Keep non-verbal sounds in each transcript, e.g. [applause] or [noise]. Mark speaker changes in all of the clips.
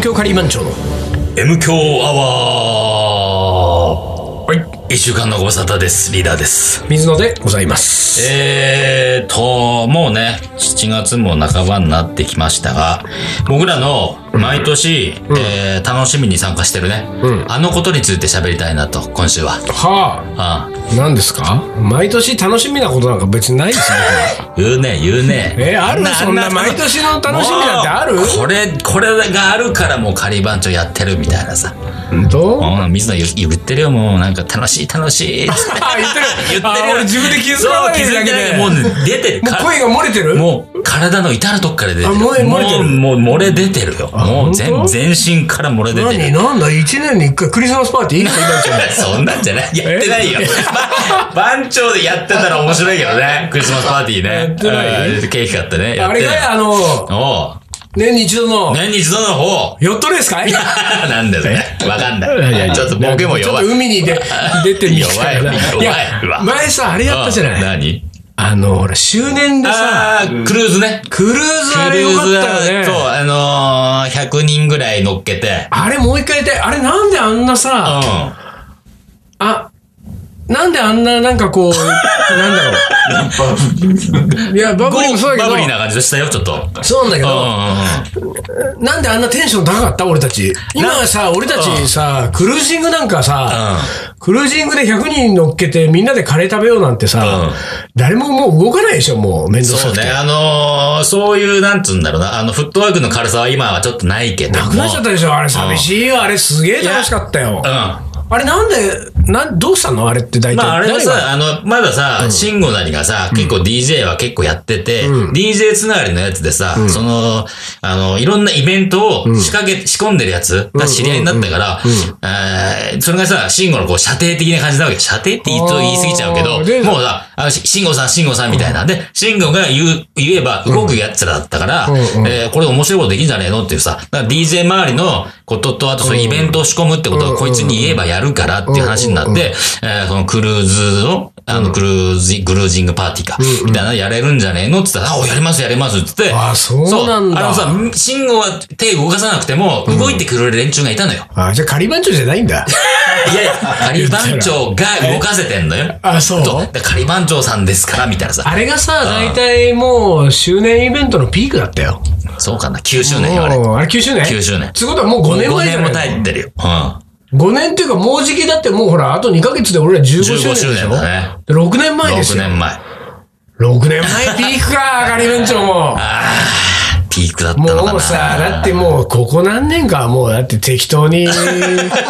Speaker 1: 京カリーマン町の
Speaker 2: M 強アワーはい。一週間のご無沙汰です。リーダーです。
Speaker 1: 水野でございます。
Speaker 2: えーと、もうね、7月も半ばになってきましたが、僕らの毎年、えー楽しみに参加してるね、
Speaker 1: うん
Speaker 2: あのことについて喋りたいなと、今週は。
Speaker 1: は
Speaker 2: あ
Speaker 1: あ、何ですか毎年楽しみなことなんか別にないですね。
Speaker 2: あ言うね、言うね。
Speaker 1: えある
Speaker 2: あ
Speaker 1: そんな毎年の楽しみなんてある
Speaker 2: もうこれ、これがあるからもう仮番長やってるみたいなさ。
Speaker 1: 本当あ、
Speaker 2: [laughs] うん、水野言言ってるよ、もう。なんか楽しい楽しいっつって。
Speaker 1: 言ってる。
Speaker 2: 言ってる
Speaker 1: あ
Speaker 2: よ
Speaker 1: 俺自分で気づかない
Speaker 2: そう気づ
Speaker 1: だ
Speaker 2: い
Speaker 1: け
Speaker 2: て
Speaker 1: で。
Speaker 2: ないもう
Speaker 1: もう
Speaker 2: 出てるか
Speaker 1: 声が漏れてる
Speaker 2: もう体の至るとこから出てる
Speaker 1: あもう漏れてる
Speaker 2: もうもう漏れ出てるよもう
Speaker 1: 本
Speaker 2: 全
Speaker 1: 当
Speaker 2: 全身から漏れ出て
Speaker 1: 何
Speaker 2: る
Speaker 1: なんだ一年に一回クリスマスパーティーいいの今ちゃん
Speaker 2: そんなんじゃないやっ
Speaker 1: [laughs]
Speaker 2: てないよ番長でやってたら面白いけどねクリスマスパーティーね
Speaker 1: やってない
Speaker 2: うんケーキ買ってねや
Speaker 1: あ
Speaker 2: って
Speaker 1: れ
Speaker 2: な
Speaker 1: がね
Speaker 2: い
Speaker 1: あの、
Speaker 2: おう
Speaker 1: 年に一度の
Speaker 2: 年に一度の方 [laughs]
Speaker 1: ヨットレースかい
Speaker 2: なんだよねわかん
Speaker 1: いやい
Speaker 2: な
Speaker 1: や
Speaker 2: いちょっとボケも
Speaker 1: ちょっ
Speaker 2: 弱
Speaker 1: と
Speaker 2: い
Speaker 1: 海に
Speaker 2: [laughs]
Speaker 1: で出てみたいな。
Speaker 2: 弱い弱い
Speaker 1: や、前さ、あれやったじゃ
Speaker 2: うん
Speaker 1: ない
Speaker 2: 何
Speaker 1: あの、ほら、周年でさ、
Speaker 2: ああークルーズね
Speaker 1: クルーズあれよかったよ
Speaker 2: そう、
Speaker 1: ね。
Speaker 2: あのー、100人ぐらい乗っけて。
Speaker 1: あれもう一回やりたい。あれなんであんな
Speaker 2: うん。
Speaker 1: さ、あ、なんであんななんか
Speaker 2: [laughs]
Speaker 1: こう、なんだろう。いや、バブリーもそうだ
Speaker 2: バブリー
Speaker 1: け
Speaker 2: な感じでしたよ、ちょっと。うんうん
Speaker 1: ど、そうなんだけど、
Speaker 2: う
Speaker 1: なんであんなテンション高かった俺たち。今さ、俺たちさ、クルージングなんかさ、クルージングで100人乗っけてみんなでカレー食べようなんてさ
Speaker 2: うん、
Speaker 1: 誰ももう動かないでしょ、もう面
Speaker 2: ん。
Speaker 1: 倒く
Speaker 2: そ
Speaker 1: さ
Speaker 2: う
Speaker 1: くて
Speaker 2: ね。。あのー、そういう、なんつうんだろうな。あの、フットワークの軽さは今はちょっとないけども。
Speaker 1: なくなっちゃったでしょ、あれ寂しいよ、あれすげえ楽しかったよ。
Speaker 2: う
Speaker 1: あれなんで、なん、どうしたのあれって大体。
Speaker 2: ん。まあ、あれは
Speaker 1: 誰が
Speaker 2: さ、あの、まださ、慎吾なりがさ、結構 DJ は結構やってて、DJ つながりのやつでさ、その、あの、いろんなイベントを仕掛け、仕込んでるやつが知り合いになったから、えーそれがさ、慎吾のこう、射程的な感じなわけ。射程って言うと言い過ぎちゃうけ
Speaker 1: あ
Speaker 2: ど
Speaker 1: ーで、
Speaker 2: もうさ、あの、し慎吾さん、慎吾さんみたいな。で、慎吾が言う、言えば動くやつらだったから、
Speaker 1: うんうん
Speaker 2: えーこれ面白いことできんじゃねえのっていうさ、だから DJ 周りのことと、あとそういうイベントを仕込むってことをこいつに言えばやるからっていう話になって、えーそのクルーズの、あの、クルーズ、クルージングパーティーか、みたいなのやれるんじゃねえのって言ったら、あ、おやりますやりますって言って、
Speaker 1: あそうなんだ
Speaker 2: そうあのさ、慎吾は手動かさなくても、動いてくれる連中がいたのよ。
Speaker 1: あ、じゃあ仮番長じゃないんだ。
Speaker 2: [laughs] いやいや、仮番長が動かせてんのよ。
Speaker 1: あ、そ
Speaker 2: と、で仮番長さんですから、みたいなさ。
Speaker 1: あれがさ、大体もう、周年イベントのピークだったよ。
Speaker 2: そうかな、9周年よ、あれ。
Speaker 1: もうあれ9周年
Speaker 2: 9周年
Speaker 1: ってことはもう5年前じゃ
Speaker 2: も
Speaker 1: ない
Speaker 2: 耐えてるよ。うん。
Speaker 1: 5年っていうか、もうじきだってもうほら、あと2ヶ月で俺ら15周年でしょ。
Speaker 2: 15周年だね
Speaker 1: で6年前です
Speaker 2: 6
Speaker 1: よ。
Speaker 2: 年前。
Speaker 1: 6年前ピークか、仮番長も。
Speaker 2: ピークだったのかな。
Speaker 1: もうさ、だってもう、ここ何年かはもう、だって適当に、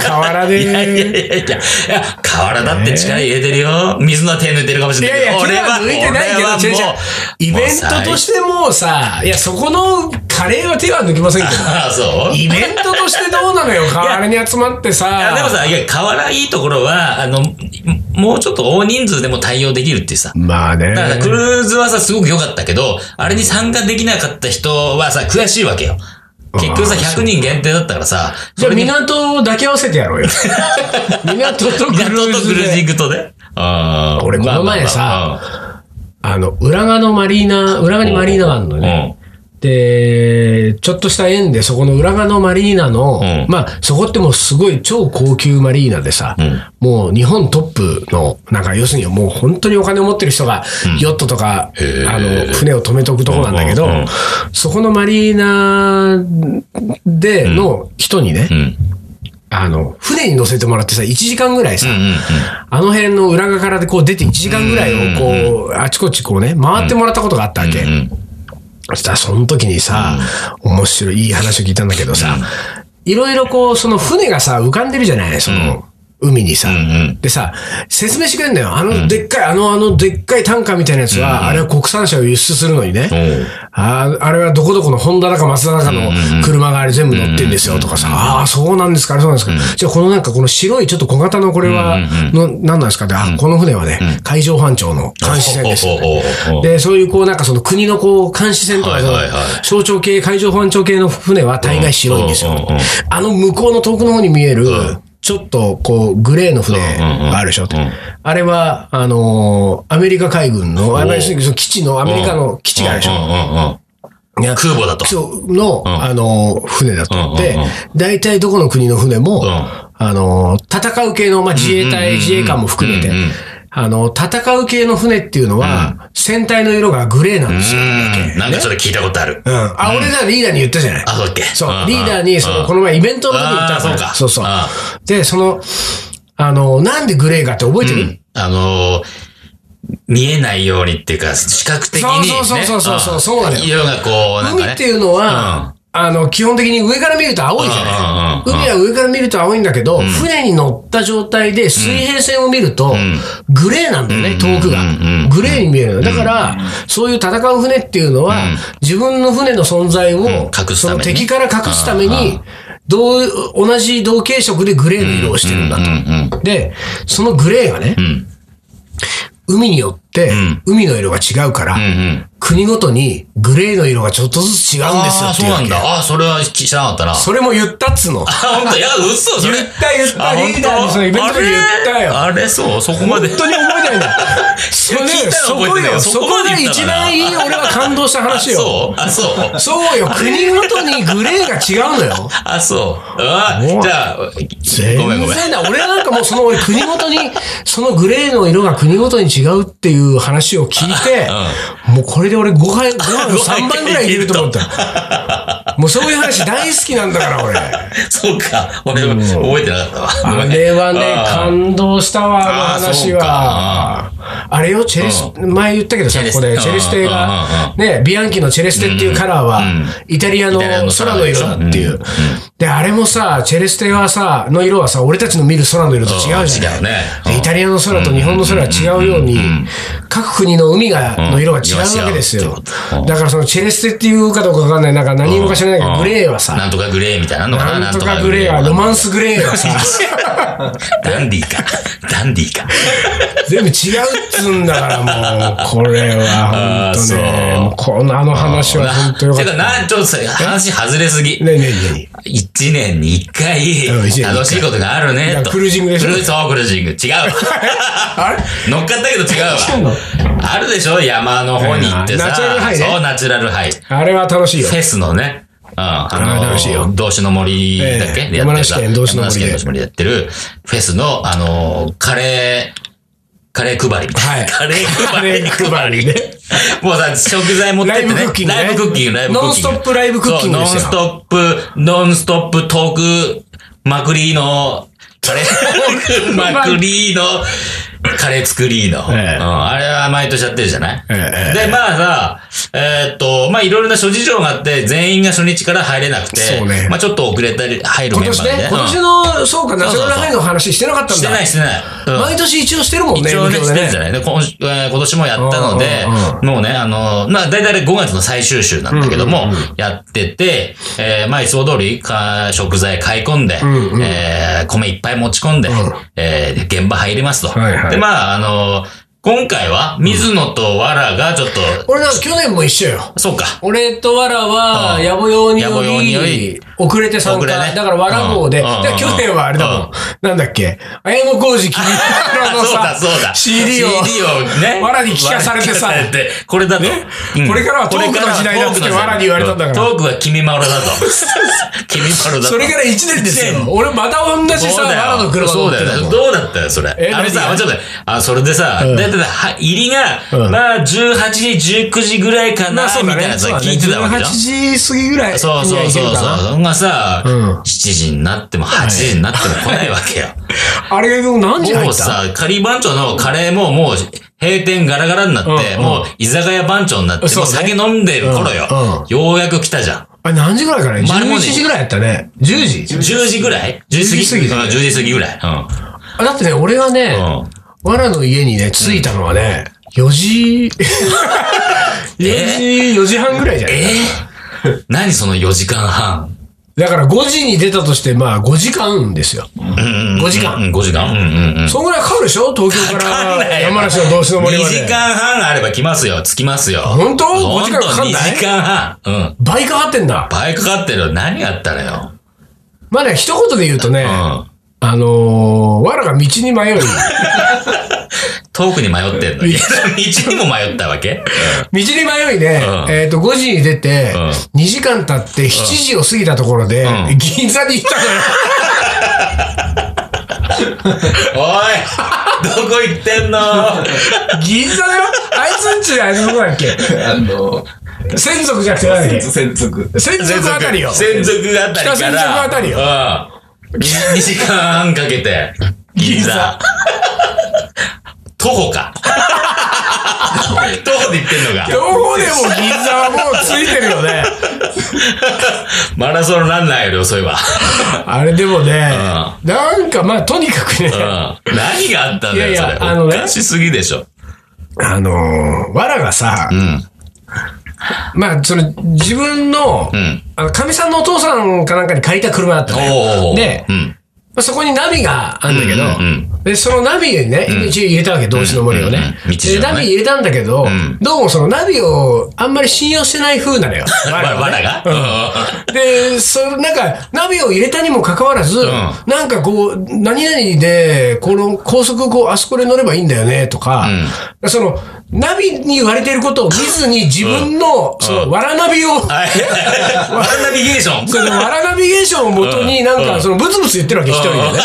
Speaker 1: 河原で。
Speaker 2: いやいやいやいや、いや河原だって力入れてるよ。水の手抜いてるかもし
Speaker 1: い
Speaker 2: れな
Speaker 1: やい
Speaker 2: [laughs] いけど。
Speaker 1: や、手
Speaker 2: 俺は
Speaker 1: は抜いてないけど、違う違
Speaker 2: 俺は
Speaker 1: う
Speaker 2: もう
Speaker 1: イベントとしてもうさ、いや、そこのカレーは手は抜きませんけど。
Speaker 2: ああ、そう
Speaker 1: イベントとしてどうなのよ、河原に集まって
Speaker 2: いやでも
Speaker 1: さ。
Speaker 2: さ、いや、河原いいところは、あの、もうちょっと大人数でも対応できるっていうさ。
Speaker 1: まあね。
Speaker 2: だからクルーズはさ、すごく良かったけど、あれに参加できなかった人はさ、悔しいわけよ。結局さ、100人限定だったからさ、
Speaker 1: じゃあ、港だけ合わせてやろうよ。港とクル
Speaker 2: [laughs] 港
Speaker 1: ー
Speaker 2: とク
Speaker 1: ズ
Speaker 2: ルージン
Speaker 1: で。
Speaker 2: グとね。あー
Speaker 1: 俺この前さ、
Speaker 2: まあまあまあ
Speaker 1: あの、浦賀のマリーナ、浦賀にマリーナがあるのね。で、ちょっとした縁で、そこの裏側のマリーナの、
Speaker 2: うん
Speaker 1: まあ、そこってもうすごい超高級マリーナでさ、
Speaker 2: ん
Speaker 1: もう日本トップの、なんか要するにもう本当にお金を持ってる人が、ヨットとか、
Speaker 2: へー
Speaker 1: あの、船を止めとくとこなんだけど、
Speaker 2: うんうんうん
Speaker 1: そこのマリーナでの人にね、
Speaker 2: うん。うん。
Speaker 1: あの、船に乗せてもらってさ、1時間ぐらいさ、
Speaker 2: うんうんうん。
Speaker 1: あの辺の裏側からでこう出て1時間ぐらいをこう、あちこちこうね、回ってもらったことがあったわけ。
Speaker 2: うん
Speaker 1: そしたらその時にさ、面白いいい話を聞いたんだけどさ、いろいろこう、その船がさ、浮かんでるじゃないその、海にさ、
Speaker 2: んうん
Speaker 1: でさ、説明してくれんだよ。あの、でっかい、あの、あの、でっかいタンカーみたいなやつは、あれは国産車を輸出するのにね、
Speaker 2: おう
Speaker 1: ああれはどこどこのホンダだかマツダだかの車があれ全部乗ってんですよとかさ、ああ、そうなんですか、あれそうなんですか。じゃあこのなんかこの白いちょっと小型のこれは、の、何なんですかって、あ、この船はね、海上保安庁の監視船です。
Speaker 2: おうおうおうおう
Speaker 1: で、そういうこうなんかその国のこう監視船とか
Speaker 2: はい
Speaker 1: その
Speaker 2: はいはい
Speaker 1: 省庁系、海上保安庁系の船は大概白いんです
Speaker 2: うん
Speaker 1: よ
Speaker 2: うんうん。
Speaker 1: あの向こうの遠くの方に見える
Speaker 2: ん、
Speaker 1: ちょっとこうグレーの船があるでしょって
Speaker 2: うん。
Speaker 1: あれは、あのー、アメリカ海軍の、あの要するにその基地の、アメリカの基地があるでしょ。
Speaker 2: うんうんうん
Speaker 1: や
Speaker 2: 空母だと。
Speaker 1: そうの、
Speaker 2: ん
Speaker 1: あの、船だと思って、
Speaker 2: うんうんうん
Speaker 1: 大体どこの国の船も、
Speaker 2: うん
Speaker 1: あの、戦う系の、まあ、自衛
Speaker 2: うんうんうん
Speaker 1: 隊、自衛官も含めて、
Speaker 2: うんうん
Speaker 1: あの、戦う系の船っていうのは、船体の色がグレーなんですよ。
Speaker 2: うん。なんかそれ聞いたことある。
Speaker 1: うん。あ、俺がリーダーに言ったじゃない。
Speaker 2: あ、そうだっけ
Speaker 1: そう、
Speaker 2: んん
Speaker 1: リーダーに、そ
Speaker 2: うん
Speaker 1: の、この前イベントの時に言ったの
Speaker 2: あーそうか
Speaker 1: そうそう
Speaker 2: あ。
Speaker 1: で、その、あの、なんでグレーかって覚えてる、
Speaker 2: あのー見えないようにっていうか、視覚的に、ね。
Speaker 1: そうそうそうそうそうそうなのよ
Speaker 2: ん色がこう、なんか
Speaker 1: 海
Speaker 2: ね。
Speaker 1: っていうのは、あの、基本的に上から見ると青いじゃない、
Speaker 2: うんうんうんうん
Speaker 1: 海は上から見ると青いんだけど、船に乗った状態で水平線を見ると、グレーなんだよね、遠くが
Speaker 2: うんうんうん。
Speaker 1: グレーに見えるのよだから、そういう戦う船っていうのは、自分の船の存在を、
Speaker 2: 隠す
Speaker 1: そ
Speaker 2: ために
Speaker 1: の
Speaker 2: ね
Speaker 1: 敵から隠すために、同同じ同系色でグレーの色をしてるんだと。
Speaker 2: うん
Speaker 1: で、そのグレーがね、
Speaker 2: ん
Speaker 1: 海によって
Speaker 2: ん、
Speaker 1: 海の色が違うから、
Speaker 2: うん。うんうん。
Speaker 1: 国ごとにグレーの色がちょっとずつ違うんですよ
Speaker 2: ああ、
Speaker 1: って
Speaker 2: そう
Speaker 1: いうわ
Speaker 2: な
Speaker 1: け
Speaker 2: んだ。ああ、それは知らなかったな。
Speaker 1: それも言ったっつうの。
Speaker 2: あ、本当いや、嘘、それ。
Speaker 1: 言った言った
Speaker 2: あ本当
Speaker 1: リーダーにそのイベントで言ったよ
Speaker 2: あれあれ、そう、そこま
Speaker 1: 本
Speaker 2: で。
Speaker 1: 当に覚えてないん
Speaker 2: [laughs]
Speaker 1: だ。それね
Speaker 2: 聞いた
Speaker 1: そ
Speaker 2: の
Speaker 1: こ
Speaker 2: 覚えてないよ
Speaker 1: よ。そこ
Speaker 2: そこまで
Speaker 1: が
Speaker 2: 言った
Speaker 1: 一
Speaker 2: から
Speaker 1: 番いい俺は感動した話よ。
Speaker 2: そうあ、そう。
Speaker 1: そうよ。国ごとにグレーが違うのよ。
Speaker 2: あ、そう。あ
Speaker 1: もう
Speaker 2: じゃあ、
Speaker 1: 全
Speaker 2: ごめんごめん。
Speaker 1: 然だ。俺なんかもうその俺国ごとに、そのグレーの色が国ごとに違うっていう話を聞い
Speaker 2: [laughs]
Speaker 1: て、もうこれで俺5杯、5杯の3杯ぐらいいけると思った。もうそういう話大好きなんだから俺。
Speaker 2: そうか。俺、覚えてなかったわ。ご
Speaker 1: あ
Speaker 2: めん
Speaker 1: れはね
Speaker 2: あ、ー
Speaker 1: 感動したわ、あの
Speaker 2: あー
Speaker 1: 話
Speaker 2: そ
Speaker 1: か
Speaker 2: うか。
Speaker 1: あれよ、チェレス、前言ったけどさ、
Speaker 2: チェレ
Speaker 1: こ
Speaker 2: ス
Speaker 1: こで、
Speaker 2: うん
Speaker 1: チェレステが、ね、ビアンキのチェレステっていうカラーは
Speaker 2: うん、
Speaker 1: イタリアの
Speaker 2: イタリアの
Speaker 1: 空の色だっていう
Speaker 2: うん。
Speaker 1: で、あれもさ、チェレステはさ、の色はさ、俺たちの見る空の色と違うじゃ
Speaker 2: うん
Speaker 1: な
Speaker 2: 違
Speaker 1: いう
Speaker 2: ねうん
Speaker 1: でイタリアの空と日本の空は違うように、各国の海が、の色が違うわけです
Speaker 2: 色が違う
Speaker 1: よ
Speaker 2: ってことう。ん
Speaker 1: だからそのチェレステっていうかどうかわかんない、なんか何色か知らないけど、グレーは
Speaker 2: な
Speaker 1: さ、
Speaker 2: んとかグレーみたいなのかな
Speaker 1: なんとかグレーは、ロマンスグレーはさ、
Speaker 2: ダンディーか。ダンディーか。
Speaker 1: 全部違うっつうんだから、もう、これは、本当ね
Speaker 2: [laughs] あーそう。
Speaker 1: もうこの、あの話は本当よかった
Speaker 2: [laughs] て。か、な、ちょっとさ話外れすぎ。
Speaker 1: ねえねえね
Speaker 2: 一年に一
Speaker 1: う
Speaker 2: 回
Speaker 1: ん一年に一回、
Speaker 2: 楽しいことがある
Speaker 1: い
Speaker 2: ね
Speaker 1: や、
Speaker 2: と。
Speaker 1: クルージングでしょ
Speaker 2: クルそう、クルージング。違う。
Speaker 1: [laughs] あれ
Speaker 2: 乗っかったけど違
Speaker 1: てん
Speaker 2: う
Speaker 1: の
Speaker 2: わ。あるでしょ山の方に行ってさ。
Speaker 1: ナチュラルハイね
Speaker 2: そう、ナチュラルハイ。フ
Speaker 1: あれは楽しいよ。
Speaker 2: ェスのね。うん。あ
Speaker 1: 楽しいよ
Speaker 2: の、道志の森だっけ、
Speaker 1: ええ
Speaker 2: でやって
Speaker 1: 山
Speaker 2: る
Speaker 1: 梨
Speaker 2: さ
Speaker 1: 県道志の森で
Speaker 2: 山梨県道志の森でやってる、フェスの、あの、カレー、カレー配りみたいな。
Speaker 1: はい
Speaker 2: カレー
Speaker 1: カ
Speaker 2: 配
Speaker 1: レ
Speaker 2: り
Speaker 1: ー。配りね。
Speaker 2: [laughs] もうさ、食材持ってってね。
Speaker 1: ライブクッキングね
Speaker 2: ライブクッキング、ライブク
Speaker 1: ノ
Speaker 2: ッキング。
Speaker 1: ンストップライブクッキングですよ
Speaker 2: そうノンストップ、ノンストップトーク、まくりの、カレー、まくりの、カレー作りの。
Speaker 1: ええ
Speaker 2: うんあれは毎年やってるじゃない、
Speaker 1: ええ
Speaker 2: で、まあさ、えーっと、まあいろいろな諸事情があって、全員が初日から入れなくて、
Speaker 1: そうね
Speaker 2: まあちょっと遅れたり、入る
Speaker 1: 今
Speaker 2: メンバ
Speaker 1: 年
Speaker 2: ーで
Speaker 1: ね、。今年
Speaker 2: うん
Speaker 1: の、そうか、ナショナルハイの話してなかったん
Speaker 2: してな
Speaker 1: だ
Speaker 2: い、。してない。うん
Speaker 1: 毎年一応してるもんね、
Speaker 2: 一応ね、
Speaker 1: 東京
Speaker 2: して
Speaker 1: で
Speaker 2: るんじゃないで今週えー今年もやったので
Speaker 1: うんうん、
Speaker 2: もうね、あの、まあ、大体5月の最終週なんだけども、やってて、えーまあ、いつも通り、か食材買い込んで、
Speaker 1: んうん
Speaker 2: えー米いっぱい持ち込んで、えー現場入りますと。
Speaker 1: はいはい
Speaker 2: で、まあ、あの、今回は、水野とわらがちょっと、
Speaker 1: 俺なんか去年も一緒よ。
Speaker 2: そうか。
Speaker 1: 俺とわらは、
Speaker 2: うん
Speaker 1: やぼように
Speaker 2: やぼようによ
Speaker 1: よ
Speaker 2: り
Speaker 1: り、遅れて参
Speaker 2: 遅
Speaker 1: 加。
Speaker 2: れね
Speaker 1: だからわら号で、
Speaker 2: う
Speaker 1: で
Speaker 2: んうん
Speaker 1: 去年はあれだもん。なんだっけ綾野浩二君の
Speaker 2: そうだ、
Speaker 1: さ
Speaker 2: [laughs] そうだ。
Speaker 1: CD を。
Speaker 2: ね。
Speaker 1: わらに聞かされてさ
Speaker 2: わらに聞かれてこれだと。うん
Speaker 1: これからはトークの時代だっつってわらに言われたんだから
Speaker 2: トークは君まろ
Speaker 1: [laughs]
Speaker 2: だと。君まろだと。
Speaker 1: それから1年です
Speaker 2: 一
Speaker 1: よ
Speaker 2: 年。
Speaker 1: 俺また同じさ、
Speaker 2: そうだよ
Speaker 1: わらの車
Speaker 2: そ
Speaker 1: 乗
Speaker 2: う
Speaker 1: って
Speaker 2: だ
Speaker 1: たも
Speaker 2: よね。
Speaker 1: ん。
Speaker 2: どうだったよ、それ。
Speaker 1: え
Speaker 2: あれさ、
Speaker 1: 何
Speaker 2: ちょっと待って、あ、それでさ、だいたいは入りが、
Speaker 1: うん
Speaker 2: まあ、18時、19時ぐらいかな、
Speaker 1: まあそう
Speaker 2: み
Speaker 1: だ
Speaker 2: たい
Speaker 1: ね。
Speaker 2: なやつ
Speaker 1: そう
Speaker 2: は
Speaker 1: だね
Speaker 2: 聞いてたわけじゃん。
Speaker 1: 18時過ぎぐらいに
Speaker 2: そう
Speaker 1: は
Speaker 2: そう
Speaker 1: 行け
Speaker 2: そう
Speaker 1: る
Speaker 2: そう。
Speaker 1: かな。
Speaker 2: そんがさ、
Speaker 1: うん
Speaker 2: 7時になっても8時になっても来ないわけよ。
Speaker 1: あれが何時入
Speaker 2: もう
Speaker 1: った
Speaker 2: さ、仮番長のカレーももう閉店ガラガラになって、
Speaker 1: うんうん
Speaker 2: もう居酒屋番長になって、
Speaker 1: そ
Speaker 2: も
Speaker 1: う
Speaker 2: う
Speaker 1: ね
Speaker 2: 酒飲んでる頃よ。
Speaker 1: うんうん
Speaker 2: ようやく来たじゃん。
Speaker 1: あれ何時ぐらいかね
Speaker 2: 丸も
Speaker 1: ?11
Speaker 2: ね
Speaker 1: 時ぐらいやったね。10時
Speaker 2: 10時ぐらい ?10 時過ぎ
Speaker 1: 10時過ぎ
Speaker 2: うん ?10 時過ぎぐらい。うん。
Speaker 1: あだってね、俺がね、わらの家にね、着いたのはね、4時、4時、4時半ぐらいじゃない
Speaker 2: えー何その4時間半。
Speaker 1: だから5時に出たとして、まあ5時間ですよ。
Speaker 2: 5
Speaker 1: 5時間。
Speaker 2: ?5 時間うんうんうん。
Speaker 1: そんぐらいかかるでしょ東京か
Speaker 2: わかんな
Speaker 1: ら
Speaker 2: いよ
Speaker 1: 山梨の道志の森
Speaker 2: 2
Speaker 1: まで。
Speaker 2: 時間半あれば来ますよ。着きますよ。
Speaker 1: 本当
Speaker 2: 本
Speaker 1: ?5 時間かかん
Speaker 2: 2
Speaker 1: ない
Speaker 2: 時間半。うん。
Speaker 1: 倍かかってんだ。
Speaker 2: 倍かかってるよ。何があったのよ。
Speaker 1: まあね、一言で言うとね、
Speaker 2: うん。 [laughs]
Speaker 1: あのー、わらが道に迷い、
Speaker 2: 遠くに迷ってんのに。 [laughs] 道にも迷ったわけ、
Speaker 1: 道に迷いで、
Speaker 2: うん
Speaker 1: えっ、と、5時に出て、
Speaker 2: うん
Speaker 1: 2時間経って7時を過ぎたところで、
Speaker 2: うん
Speaker 1: 銀座に行ったのよ。
Speaker 2: おいどこ行ってん [laughs] の [laughs]
Speaker 1: 銀座だよあいつんちのあいつどこだっけ
Speaker 3: あの、
Speaker 1: 専属じゃなくて何だっけ
Speaker 3: 専属。
Speaker 1: 専属あたりよ。
Speaker 2: 専属あたりから。
Speaker 1: 北専属あたりよ
Speaker 2: うん。2時間半かけて、銀座。徒歩か。徒歩で行ってんの
Speaker 1: ど
Speaker 2: か。
Speaker 1: こでも銀座はもうついてるよね。
Speaker 2: マラソンランナーより遅いわ。
Speaker 1: あれでもね、なんかまあとにかくね、
Speaker 2: うん。何があったんだ
Speaker 1: いやい
Speaker 2: よ、
Speaker 1: や
Speaker 2: それ。
Speaker 1: あの
Speaker 2: お
Speaker 1: ね
Speaker 2: かしすぎでしょ。
Speaker 1: あのー、わらがさ、
Speaker 2: うん。
Speaker 1: まあその自分の、
Speaker 2: うん。
Speaker 1: あの、かみさんのお父さんかなんかに借りた車だったのよ。
Speaker 2: おー。
Speaker 1: で
Speaker 2: うん。
Speaker 1: まあそこにナビがあるんだけど、
Speaker 2: うんうん
Speaker 1: で、そのナビにね、一応入れたわけ、同時の森をね。
Speaker 2: うんうんうん道順を
Speaker 1: で、
Speaker 2: ね
Speaker 1: ナビ入れたんだけど、
Speaker 2: ん
Speaker 1: どうもそのナビをあんまり信用してない風なのよ。
Speaker 2: [laughs] わらわらがう
Speaker 1: [laughs]
Speaker 2: ん
Speaker 1: で、その、なんか、ナビを入れたにもかかわらず、
Speaker 2: ん
Speaker 1: なんかこう、何々で、この高速こう、あそこで乗ればいいんだよね、とか、その、ナビに言われてることを見ずに自分の、そ [laughs] の、わらナビを、
Speaker 2: はい。ワンナビゲーション。
Speaker 1: その、わらナビゲーションをもとに、なんか、その、ブツブツ言ってるわけ、一人でね。うんで、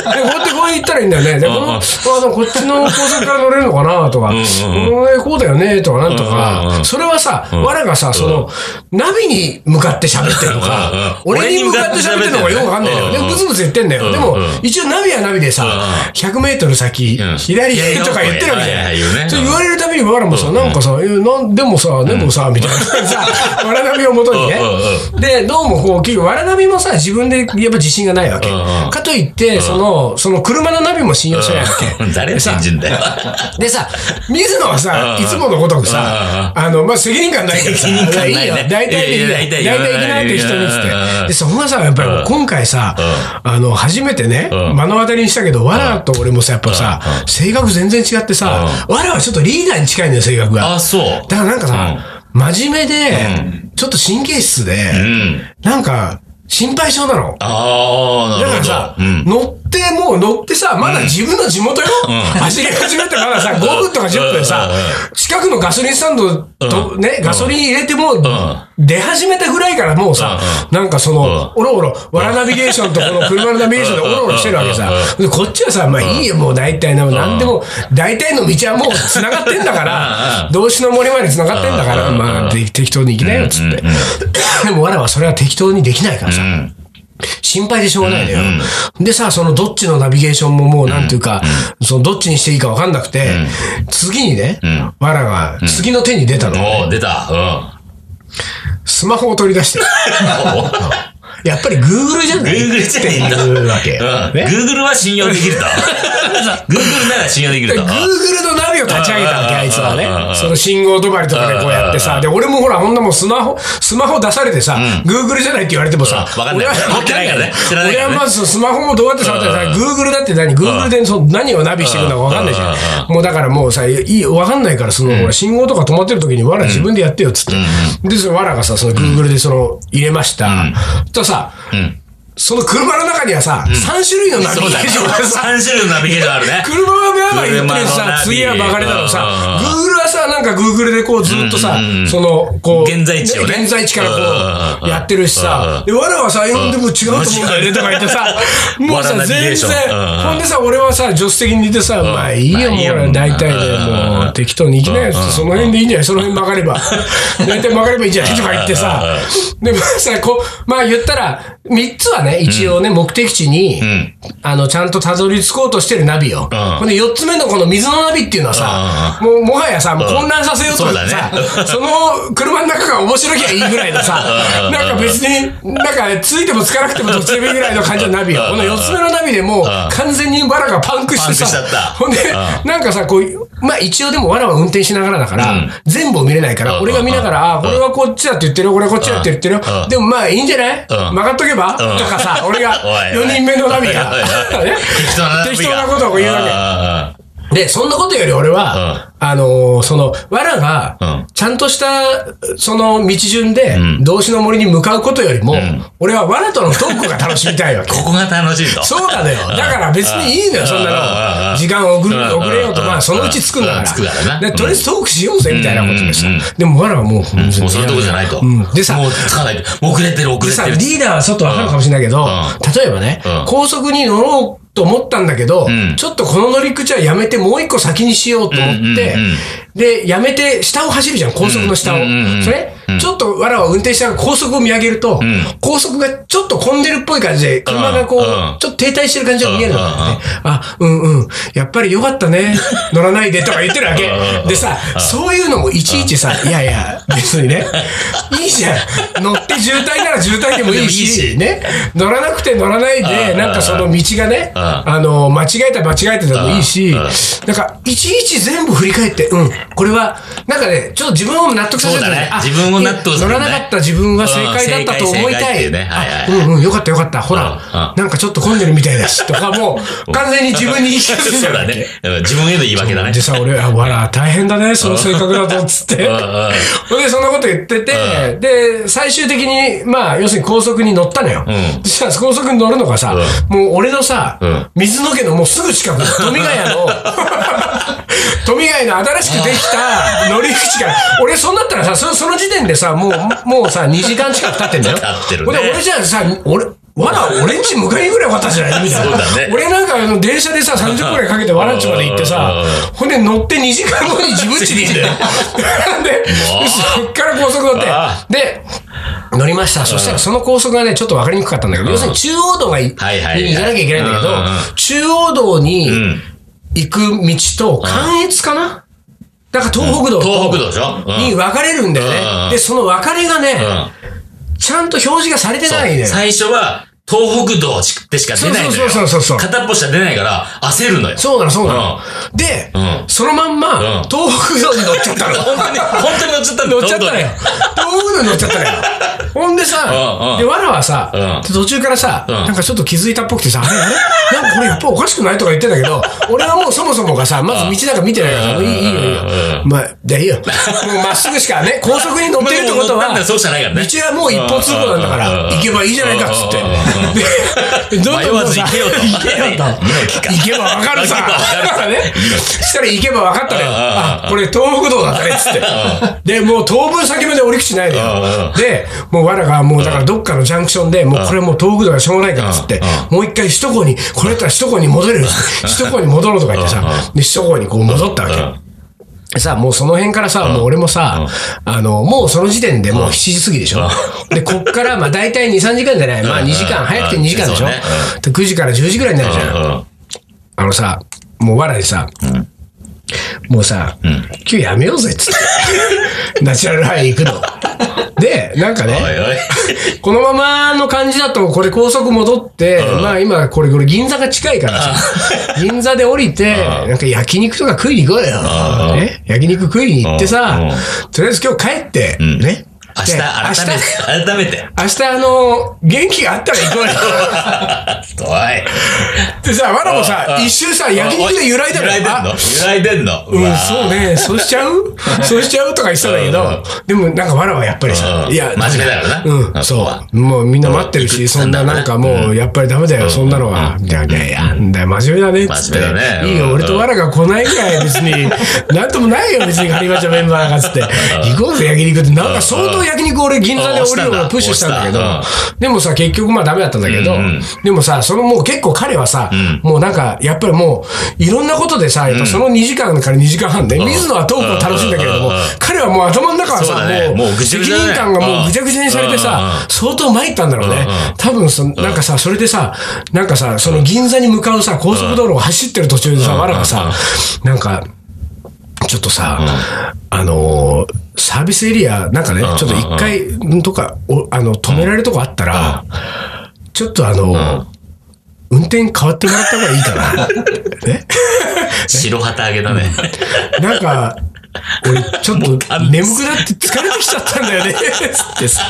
Speaker 1: こうやってこう言ったらいいんだよね。で、この、あでもこっちの高速から乗れるのかな、とか、このこうだよね、とか、なんと
Speaker 2: うんうんう
Speaker 1: か、
Speaker 2: ん
Speaker 1: それはさ、わらがさ、その、ナビに向かって喋ってるのか、
Speaker 2: うんうん
Speaker 1: 俺に向かって喋ってるのかよくわかんないんだよ。で
Speaker 2: うんうん、
Speaker 1: ブツブツ言ってんだよ。でも
Speaker 2: うんうん、
Speaker 1: 一応ナビはナビでさ、100メートル先
Speaker 2: う、ん
Speaker 1: 左へとか言ってるわけじゃない
Speaker 2: いやいやいや言うね
Speaker 1: そう言われるたびにわらもさ、なんかさ、えなんでもさ、でもさ、みたいなさ、わらナビをもとにね
Speaker 2: うんうんうん。
Speaker 1: で、どうもこう、結局、わらナビもさ、自分でやっぱ自信がないわけ
Speaker 2: うんうん。
Speaker 1: かといって、その、その車のナビも信用してないわけ。
Speaker 2: 誰新人だよ。
Speaker 1: でさ、水野はさ、
Speaker 2: うん
Speaker 1: いつものごとくさ、あの、まあ、責任感ないからさ、
Speaker 2: 責任感ないね
Speaker 1: いよ大体でいいよ。
Speaker 2: いや
Speaker 1: 大
Speaker 2: いや
Speaker 1: 体
Speaker 2: いや
Speaker 1: でいいなって人にっつっ
Speaker 2: うんう
Speaker 1: て。
Speaker 2: ん
Speaker 1: で、そこがさ、やっぱり今回さ、あの、初めてね、
Speaker 2: うん
Speaker 1: 目の当たりにしたけど、わらと俺もさ、やっぱさ、性格全然違ってさ、わらはちょっとリーダーに近いんだよ、性格が。
Speaker 2: あ、そう。
Speaker 1: だからなんかさ、真面目で、ちょっと神経質で、
Speaker 2: うん。
Speaker 1: なんか、心配性なの。
Speaker 2: ああ、
Speaker 1: だか
Speaker 2: なる
Speaker 1: ら
Speaker 2: ほ
Speaker 1: さ
Speaker 2: ど。、うん。
Speaker 1: 乗って、もう乗ってさ、まだ自分の地元よ、走り始めてまださ、5分とか10分でさ
Speaker 2: うんうんうん、
Speaker 1: 近くのガソリンスタンドと、
Speaker 2: うん
Speaker 1: ね、ガソリン入れてもう、出始めたぐらいからもうさ、なんかその、おろおろ、わらナビゲーションとこの車のナビゲーションでおろおろしてるわけさ
Speaker 2: うんうんうん。
Speaker 1: でこっちはさ、まあいいよ、もう大体の、なんでも、大体の道はもう繋がってんだか
Speaker 2: うん
Speaker 1: ら
Speaker 2: う、ん
Speaker 1: 動詞の森まで繋がってんだから、
Speaker 2: うんうんうん
Speaker 1: まあで適当に行きなよ、つって。でもわらはそれは適当にできないからさ。心配でしょうがないのよ。でさ、そのどっちのナビゲーションももうなんていうか、そのどっちにしていいかわかんなくて、次にね、わらが次の手に出たの。
Speaker 2: おー出た。う
Speaker 1: スマホを取り出して。
Speaker 2: ん。お
Speaker 1: やっぱり Google じゃない
Speaker 2: Google じゃないんだ
Speaker 1: っていうわけ。 [laughs] ね
Speaker 2: Google は信用できる
Speaker 1: [laughs]
Speaker 2: と。Google なら信用できると。
Speaker 1: Google のナビを立ち上げたわけ、
Speaker 2: うん
Speaker 1: あいつは
Speaker 2: うんうんう
Speaker 1: ね。
Speaker 2: ん
Speaker 1: その信号止まりとかでこうやって
Speaker 2: うん
Speaker 1: さ。で、俺もほら、ほんなもんスマホ、スマホ出されてさ、Google じゃないって言われてもさ、
Speaker 2: うんわかんな
Speaker 1: 俺
Speaker 2: い
Speaker 1: は
Speaker 2: 持ってないからね知らない
Speaker 1: 俺
Speaker 2: から
Speaker 1: は
Speaker 2: ね
Speaker 1: まずスマホをどうやって触ったら
Speaker 2: うん
Speaker 1: さ、Google だって何 ?Google でその何をナビしてくるのかわかんないじ
Speaker 2: うん
Speaker 1: ゃん。もうだからもうさ、いい、わかんないから、その、ほら信号とか止まってる時に、わら自分でやってよ、つって。で、そのわらがさ、その Google でその、入れました。とさ、
Speaker 2: ん
Speaker 1: その車の中にはさ、3種類のナビ
Speaker 2: そう
Speaker 1: ゲ
Speaker 2: だ。
Speaker 1: ーションがさ、
Speaker 2: 3種類のナビゲーションあるね。
Speaker 1: 車はバーバー言ってるし
Speaker 2: 車のナ
Speaker 1: さ
Speaker 2: ビ、
Speaker 1: 次はバカれだろうさ、
Speaker 2: うん
Speaker 1: Google はさ、なんか Google でこうずっとさ
Speaker 2: うんうんう、ん
Speaker 1: その、こう、
Speaker 2: 現在地をね
Speaker 1: 現在地から
Speaker 2: うんうん
Speaker 1: こ
Speaker 2: う
Speaker 1: う、
Speaker 2: ん
Speaker 1: やってるしさ、で、わらはさ、いやでも違うと思うんだよねとか言って
Speaker 2: [laughs]
Speaker 1: さ、
Speaker 2: ん
Speaker 1: もう
Speaker 2: わら
Speaker 1: さ、
Speaker 2: ナビゲ
Speaker 1: 全
Speaker 2: ーショ
Speaker 1: 然
Speaker 2: ンうんう、ん
Speaker 1: ほんでさ、俺はさ、助手席にいてさ、まあいいよ、
Speaker 2: まあいいよ
Speaker 1: もう大体で、
Speaker 2: うん
Speaker 1: もう適当に行きなよ、その辺でいいんじゃないその辺曲がれ
Speaker 2: [laughs]
Speaker 1: ば。大体曲がればいいんじゃないとか言ってさ、でもさ、こう、まあ言ったら、3つはね、一応ね、目的地に、
Speaker 2: ん
Speaker 1: あの、ちゃんとたどり着こうとしてるナビよ。
Speaker 2: うん
Speaker 1: ほんで、4つ目のこの水のナビっていうのはさ、もう、もはやさ、もう混乱させようとしてさ、
Speaker 2: そうだ [laughs]
Speaker 1: その車の中が面白きゃいいぐらいのさ、
Speaker 2: うん
Speaker 1: なんか別に、なんかついてもつかなくてもどっちでもいいぐらいの感じのナビよ。
Speaker 2: う
Speaker 1: こ
Speaker 2: ん
Speaker 1: の4つ目のナビでもう完全にわらがパンクしてさ、
Speaker 2: パンクしちゃった
Speaker 1: ほんで、
Speaker 2: う
Speaker 1: なんかさ、こう、まあ一応でもわらは運転しながらだから、全部を見れないから、
Speaker 2: うん
Speaker 1: 俺が見ながら、ああ、これはこっちだって言ってるよ、これはこっちだって言ってるよ
Speaker 2: うんう。ん
Speaker 1: でもまあいいんじゃない
Speaker 2: うん
Speaker 1: 曲がっとけばと
Speaker 2: うん
Speaker 1: か
Speaker 2: [laughs]
Speaker 1: さ、俺が
Speaker 2: おいおい
Speaker 1: 4人目のナビが
Speaker 2: おいおいおい、
Speaker 1: ね
Speaker 2: 適当なナビが
Speaker 1: 適当なことを言うわけ。
Speaker 2: あー
Speaker 1: で、そんなことより俺は、あのーその、わら
Speaker 2: うん
Speaker 1: が、ちゃんとした、その道順で、動詞の森に向かうことよりも、俺はわらとのトークが楽しみたいわけ。
Speaker 2: [laughs] ここが楽しいと。
Speaker 1: そうなのよ。だから別にいいのよ、そんなの。時間を遅れ遅れようとか、そのうち着くんだ
Speaker 2: 着くから
Speaker 1: から。
Speaker 2: な
Speaker 1: でとりあえずトークしようぜ、みたいなことでさ
Speaker 2: うんうん。
Speaker 1: でも、わらはもう、もう
Speaker 2: もうそういうとこじゃないと。
Speaker 1: うんでさ
Speaker 2: もうつかないと。遅れてる、遅
Speaker 1: で
Speaker 2: れ
Speaker 1: さ、
Speaker 2: て
Speaker 1: リー
Speaker 2: る。
Speaker 1: ダーはちょっとわかるかもしれないけど、
Speaker 2: うん
Speaker 1: 例えばね、
Speaker 2: うん
Speaker 1: 高速に乗ろうと思ったんだけど、
Speaker 2: ん
Speaker 1: ちょっとこの乗り口はやめてもう一個先にしようと思って、
Speaker 2: うんうんうん
Speaker 1: で、やめて下を走るじゃん、高速の下を。
Speaker 2: うんうんうんうん
Speaker 1: それ、ちょっとわらわ運転しながら高速を見上げると、
Speaker 2: ん
Speaker 1: 高速がちょっと混んでるっぽい感じで、車がこう、
Speaker 2: うんうん
Speaker 1: ちょっと停滞してる感じが見えるのね、
Speaker 2: うんうんうん
Speaker 1: あ、うんうん、やっぱりよかった
Speaker 2: [laughs]
Speaker 1: ね、乗らないでとか言ってるわけ
Speaker 2: うんうんう。ん
Speaker 1: でさ、そういうのもいちいちさ、いやいや、別にね、いいじゃん。乗って渋滞なら渋滞でもいい
Speaker 2: でもいい
Speaker 1: し、
Speaker 2: し
Speaker 1: ね。乗らなくて乗らないで、
Speaker 2: うん
Speaker 1: なんかその道がね、
Speaker 2: うん
Speaker 1: あの、間違えたら間違えてでもいいし、
Speaker 2: うんうん
Speaker 1: なんか、いちいち全部振り返って、うん、これは、なんかね、ちょっと自分を納得させて、
Speaker 2: そうだね
Speaker 1: あ
Speaker 2: 自分を納得させ
Speaker 1: 乗
Speaker 2: るね
Speaker 1: らなかった自分は正解だったと思い
Speaker 2: うん正解正解
Speaker 1: た
Speaker 2: って
Speaker 1: い。
Speaker 2: いうねはいはい
Speaker 1: あうんうん、よかったよかった。ほ
Speaker 2: うんう
Speaker 1: ら、なんかちょっと混んでるみたいだし、とか、
Speaker 2: [laughs]
Speaker 1: もう、完全に自分に言い聞かせて
Speaker 2: そう
Speaker 1: るわ
Speaker 2: だ
Speaker 1: け
Speaker 2: ね。うん自分への言い訳だね
Speaker 1: で。さ、俺、あ、わら、大変だね、その性格だと、つって。
Speaker 2: うんうん
Speaker 1: ほんで、そんなこと言ってて、で、最終的に、まあ、要するに高速に乗ったのよ。
Speaker 2: うん
Speaker 1: でさ、高速に乗るのがさ、もう俺のさ、
Speaker 2: ん
Speaker 1: 水の家のもうすぐ近く、富ヶ谷
Speaker 2: [laughs]
Speaker 1: の、富ヶ谷の新しくできた乗り口から、俺、そうなったらさ、そその時点でさ、もう、もうさ、2時間近く経ってんだよ。
Speaker 2: 経ってる
Speaker 1: ほ
Speaker 2: ね
Speaker 1: んで、俺じゃあさ、俺、わら、俺んち迎えにぐらいよかったじゃないみたいな。
Speaker 2: そうだね
Speaker 1: 俺なんかあの電車でさ、30分くらいかけてわらんちまで行ってさ
Speaker 2: うんうんうん、
Speaker 1: ほんで乗って2時間後に自分家にいんだよ。で、そっから高速乗って
Speaker 2: あ、
Speaker 1: で、乗りました。そしたらその高速がね、ちょっとわかりにくかったんだけど、要するに中央道がいに行か
Speaker 2: はいはいは
Speaker 1: ないきゃいけないんだ
Speaker 2: うんうん
Speaker 1: けど、中央道に
Speaker 2: ん
Speaker 1: 行く道と関越かなだから東北道と
Speaker 2: 東北道でしょうん
Speaker 1: に分かれるんだよ
Speaker 2: うんう
Speaker 1: ね。
Speaker 2: ん
Speaker 1: で、その分かれが
Speaker 2: う
Speaker 1: ね、
Speaker 2: ん
Speaker 1: ちゃんと表示がされてないんだよ。
Speaker 2: 最初は、東北道ってしか出ないの
Speaker 1: そうそう
Speaker 2: よ。
Speaker 1: そうそうそう
Speaker 2: 片っぽしか出ないから、焦るのよ。
Speaker 1: そうなの、そうなの。で、
Speaker 2: うん
Speaker 1: そのまんま、
Speaker 2: うん
Speaker 1: 東北道に乗っちゃったの。
Speaker 2: [laughs] 本当に、本当に乗っちゃったんだ
Speaker 1: 乗っちゃったのよ
Speaker 2: 東。
Speaker 1: 東北道に乗っちゃったのよ。ほんで
Speaker 2: うんう
Speaker 1: さ
Speaker 2: ん、
Speaker 1: で、わらはさ
Speaker 2: うん、
Speaker 1: 途中からさ、
Speaker 2: ん
Speaker 1: なんかちょっと気づいたっぽくてさ、あれあれなんかこれやっぱおかしくないとか言ってんだけ
Speaker 2: [laughs]
Speaker 1: ど、俺はもうそもそもがさ、まず道なんか見てないから、
Speaker 2: う
Speaker 1: い
Speaker 2: ん
Speaker 1: いいいよいいよ
Speaker 2: うん。
Speaker 1: まあ、じゃあいいよ。もうまっすぐしかね、高速に乗ってるってこと
Speaker 2: もう乗った
Speaker 1: は
Speaker 2: んだ、そうじゃないからね。
Speaker 1: 道はもう一方通行なんだか
Speaker 2: うんうん
Speaker 1: ら、
Speaker 2: うん
Speaker 1: 行けばいいじゃないかっつ
Speaker 2: うんうんうん
Speaker 1: って。で、どんどんもうさ
Speaker 2: 迷わず行けよと
Speaker 1: [laughs] 行けよと。
Speaker 2: [laughs] 猪木か
Speaker 1: 行けばわかるさ。
Speaker 2: 行けばわかる
Speaker 1: [laughs]
Speaker 2: さ
Speaker 1: ね。したら行けばわかったね。
Speaker 2: うんうんうん
Speaker 1: あ、これ東北道だったねっつって。で、もう当分先まで折り口ないの
Speaker 2: うんう
Speaker 1: よ
Speaker 2: ん。
Speaker 1: で、もうわらがもうだからどっかのジャンクションで、もうこれもう東北道がしょうがないからっつって
Speaker 2: うんう、
Speaker 1: もう一回首都高に、これだったら首都高に戻れる。首都高に戻ろうとか言ってさ
Speaker 2: うんうん、
Speaker 1: で、首都高にこう戻ったわけよ。さあ、もうその辺からさ、もう俺もさ、あの、もうその時点でもう7時過ぎでしょ。で、こっから、まあ大体2、3時間じゃない。まあ2時
Speaker 2: う
Speaker 1: 間、
Speaker 2: ん
Speaker 1: 早くて2時間でしょ
Speaker 2: そうね。
Speaker 1: で9時から10時ぐらいになるじゃん。あのさ、もう笑いさ、もうさ、今日やめようぜっつって。ナチュラルハイ行くの。で、なんかね、
Speaker 2: おいおい。
Speaker 1: このままの感じだと、これ高速戻って、まあ今、これ、これ銀座が近いからさ、銀座で降りて、なんか焼肉とか食いに行こうよ。
Speaker 2: うん
Speaker 1: ね、焼肉食いに行ってさ
Speaker 2: うんうん、
Speaker 1: とりあえず今日帰って、
Speaker 2: ん
Speaker 1: ね。
Speaker 2: 明日、
Speaker 1: で
Speaker 2: 改めて、改めて。
Speaker 1: 明日、明日あの、元気があったら行こうよ。
Speaker 2: [laughs] おい。
Speaker 1: でさ、わらもさ
Speaker 2: う、ん
Speaker 1: 一周さ、焼肉で揺らいだ
Speaker 2: 揺らいでん
Speaker 1: あ
Speaker 2: の揺らいでんの
Speaker 1: う
Speaker 2: わ
Speaker 1: ん、
Speaker 2: ー
Speaker 1: そうね。そうしちゃうそうしちゃうとか言ってたんだけ
Speaker 2: うんうん
Speaker 1: ど、でもなんかわらはやっぱりさ
Speaker 2: う、ん
Speaker 1: いや、
Speaker 2: 真面目だからな
Speaker 1: う、
Speaker 2: うんん
Speaker 1: そう。もうみんな待ってる
Speaker 2: う
Speaker 1: し、
Speaker 2: ん
Speaker 1: そんななんかもう、やっぱりダメだよ、そんなのは。みたいな。いやいや、なんだよ真面目だね。つって
Speaker 2: 真面目だねうん
Speaker 1: いいよ、俺とわらが来ないぐらい別に、なんともないよ、別にカリバチのメンバーがつって。行こうぜ、焼肉って。なんか相当焼肉俺銀座で降りるのをプッシュしたんだけど
Speaker 2: うんうん、
Speaker 1: でもさ、結局まあダメだったんだけど
Speaker 2: うんうん、
Speaker 1: でもさ、そのもう結構彼はさ、もうなんか、やっぱりもう、いろんなことでさ、やっぱその2時間から2時間半で、水野はトークを楽しいんだけれども
Speaker 2: うんうんうんうん、
Speaker 1: 彼はもう頭の中は
Speaker 2: そう
Speaker 1: さ、
Speaker 2: だね
Speaker 1: も
Speaker 2: も
Speaker 1: う、
Speaker 2: うぐち
Speaker 1: 責
Speaker 2: ゃぐちゃだね
Speaker 1: 任感がもうぐちゃぐちゃにされて
Speaker 2: うんうんうん
Speaker 1: さ、相当参ったんだろうね
Speaker 2: うんうん。
Speaker 1: 多分そ、なんかさ、それでさ、なんかさ、その銀座に向かうさ、高速道路を走ってる途中でさ、わらがさ、なんか、ちょっとさ、あのーサービスエリア、なんかね、ちょっと一回、んとか、おあの、止められるとこあったら、ちょっとあのー運転変わってもらった方がいいかな。ね
Speaker 2: 白旗揚げだね。 [laughs]
Speaker 1: なんか、俺、ちょっと眠くなって疲れてきちゃったん
Speaker 2: [laughs]
Speaker 1: だよね。つってさ。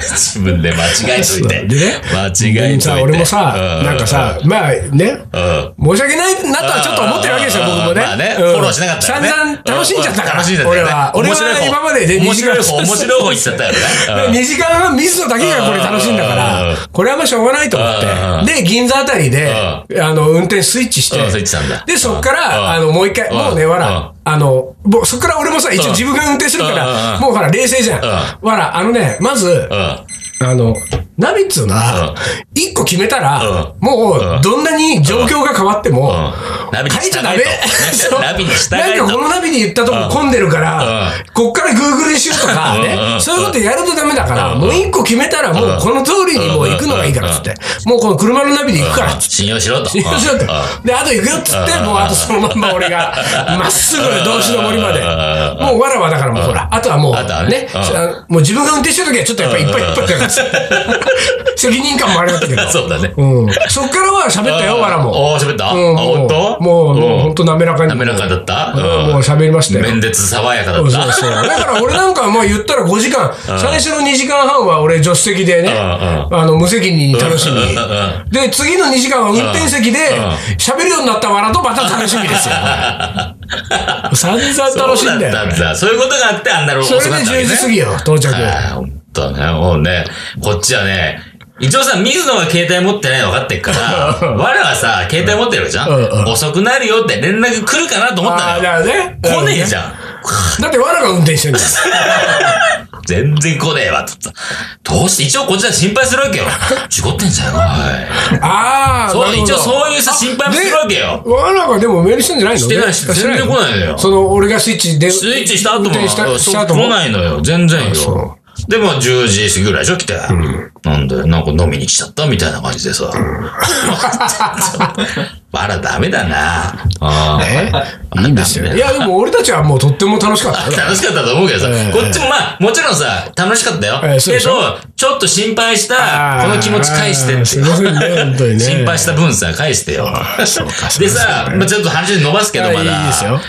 Speaker 2: 自分で間違えといて。
Speaker 1: でね
Speaker 2: 間違えといて。
Speaker 1: さ、俺もさ、
Speaker 2: う
Speaker 1: なんかさ、まあね、
Speaker 2: うん、
Speaker 1: 申し訳ないなとはちょっと思ってるわけですよ、
Speaker 2: うん
Speaker 1: 僕もね。
Speaker 2: まあね
Speaker 1: うん
Speaker 2: フォローしなかったらね
Speaker 1: 散々楽しんじゃったから。
Speaker 2: 楽しんじゃった
Speaker 1: 俺
Speaker 2: よね
Speaker 1: は。俺
Speaker 2: 面白い
Speaker 1: は
Speaker 2: 方
Speaker 1: 今までね、
Speaker 2: 面白い方、面白い方
Speaker 1: 2
Speaker 2: 言っちゃったよね。うん
Speaker 1: 時間半水野だけがこれ楽しいんだか
Speaker 2: う
Speaker 1: ら
Speaker 2: ん、
Speaker 1: これはもうしょうがないと思
Speaker 2: う
Speaker 1: っ
Speaker 2: ん
Speaker 1: て。で、銀座あたりで、あの、運転スイッチして
Speaker 2: うんスイッチしたんだ、
Speaker 1: で、そっか
Speaker 2: うん
Speaker 1: ら、あの、もう一回、
Speaker 2: うん
Speaker 1: もうね、わら、あの、もうそっから俺もさ、一応自分が運転するか
Speaker 2: う
Speaker 1: ら、
Speaker 2: ん
Speaker 1: もうほら、冷静じゃん。わら、あのね、まず、
Speaker 2: うん
Speaker 1: あの、ナビっつうのは
Speaker 2: うん、
Speaker 1: 一個決めたら
Speaker 2: う、ん
Speaker 1: も
Speaker 2: う
Speaker 1: うんどんなに状況が変わっても
Speaker 2: うん、ナビに
Speaker 1: 変えちゃダ
Speaker 2: [laughs] 従
Speaker 1: メ
Speaker 2: えと。
Speaker 1: そう
Speaker 2: ナビに従
Speaker 1: な
Speaker 2: え
Speaker 1: ん
Speaker 2: と
Speaker 1: かこのナビに言ったとこ混んでるから
Speaker 2: う、
Speaker 1: こっから Google にしようとか
Speaker 2: うんう
Speaker 1: ね、
Speaker 2: ん
Speaker 1: そういうことやるとダメだから、
Speaker 2: うん
Speaker 1: もう一個決めたらもうこの通りにもう行くのがいいからっつって、もうこの車のナビで行くからっつって。
Speaker 2: 信用しろと。
Speaker 1: 信用しろって
Speaker 2: うんうん
Speaker 1: で、あと行くよっつって、もうあとそのまんま俺が、まっすぐ同志の森まで。
Speaker 2: うん
Speaker 1: もうわらわだからもうほら、あとはもう
Speaker 2: あとは、ね
Speaker 1: ね
Speaker 2: うん、
Speaker 1: もう自分が運転してる時はちょっとやっぱりいっぱいいっぱいかかって、責任感もあれだったけど。
Speaker 2: そうだね。
Speaker 1: うん。そっからは喋ったよ、わらも。
Speaker 2: おー、喋ったあ、
Speaker 1: うん
Speaker 2: 本当
Speaker 1: もう、もう
Speaker 2: うん
Speaker 1: 本当滑らかに。
Speaker 2: 滑らかだった
Speaker 1: うん
Speaker 2: うん
Speaker 1: もう喋りましたよ。
Speaker 2: 面接爽やかだ
Speaker 1: そ
Speaker 2: っ
Speaker 1: う
Speaker 2: た。
Speaker 1: そう。だから俺なんかはもう言ったら5時間、最初の2時間半は俺助手席でね、
Speaker 2: うん
Speaker 1: あの、無責任に楽しみに。で、次の2時間は運転席で
Speaker 2: んうん
Speaker 1: 喋るようになったわらとまた楽しみです
Speaker 2: [laughs]
Speaker 1: よ。散々楽しんだ
Speaker 2: そ
Speaker 1: よ。
Speaker 2: うだったんだ。そういうことがあって、あんなの
Speaker 1: そ
Speaker 2: 遅
Speaker 1: れ
Speaker 2: かっ
Speaker 1: で
Speaker 2: たわけね
Speaker 1: 10時過ぎよ、到着。
Speaker 2: はい、ほんとね、もうね、こっちはね、一応さ、水野が携帯持ってないの分かって
Speaker 1: [laughs]
Speaker 2: っから、我らはさ、携帯持ってるじゃん、
Speaker 1: うんうん
Speaker 2: 遅くなるよって連絡来るかなと思った
Speaker 1: ああ、
Speaker 2: のよ。
Speaker 1: だからね。
Speaker 2: 来ねえじゃん。
Speaker 1: だってわらが運転して
Speaker 2: [laughs]
Speaker 1: んだよ。
Speaker 2: 全然来ねえわ、つって。どうして、一応こっちは心配する
Speaker 1: [laughs]
Speaker 2: わけよ。事故ってんじゃん、おい。
Speaker 1: ああ、
Speaker 2: そう
Speaker 1: なるほ
Speaker 2: 一
Speaker 1: ど
Speaker 2: 応そういうさ心配もするわけよ
Speaker 1: でわらがでもメールしてんじゃないの
Speaker 2: してないし、全然来ないのよ。
Speaker 1: その、俺がスイッチで。
Speaker 2: スイッチした後も、
Speaker 1: 運転した
Speaker 2: そ
Speaker 1: し
Speaker 2: う
Speaker 1: た後
Speaker 2: 来
Speaker 1: も。
Speaker 2: ないのよ。全然
Speaker 1: そ
Speaker 2: よ。で、まあ、10時過ぎぐらいでしょ来て。なんだよ、なんか飲みに来ちゃったみたいな感じでさ。 [laughs] あら、ダメだな。あー
Speaker 1: え
Speaker 2: あら
Speaker 1: いいんですよ
Speaker 2: ダメ
Speaker 1: いや、でも俺たちはもうとっても楽しかった
Speaker 2: [laughs]
Speaker 1: よ。
Speaker 2: 楽しかったと思うけどさ、
Speaker 1: ええ
Speaker 2: こっちもまあ、もちろんさ、楽しかったよ。
Speaker 1: ええそう
Speaker 2: け
Speaker 1: でしょ
Speaker 2: ど、ちょっと心配した、この気持ち返して
Speaker 1: あー
Speaker 2: って
Speaker 1: すいませんね、本当にね。[laughs]
Speaker 2: 心配した分さ、返してよ。でさ、まあちょっと話伸ばすけど、
Speaker 1: はい
Speaker 2: まだ。
Speaker 1: いい
Speaker 2: [laughs]
Speaker 1: ですよ。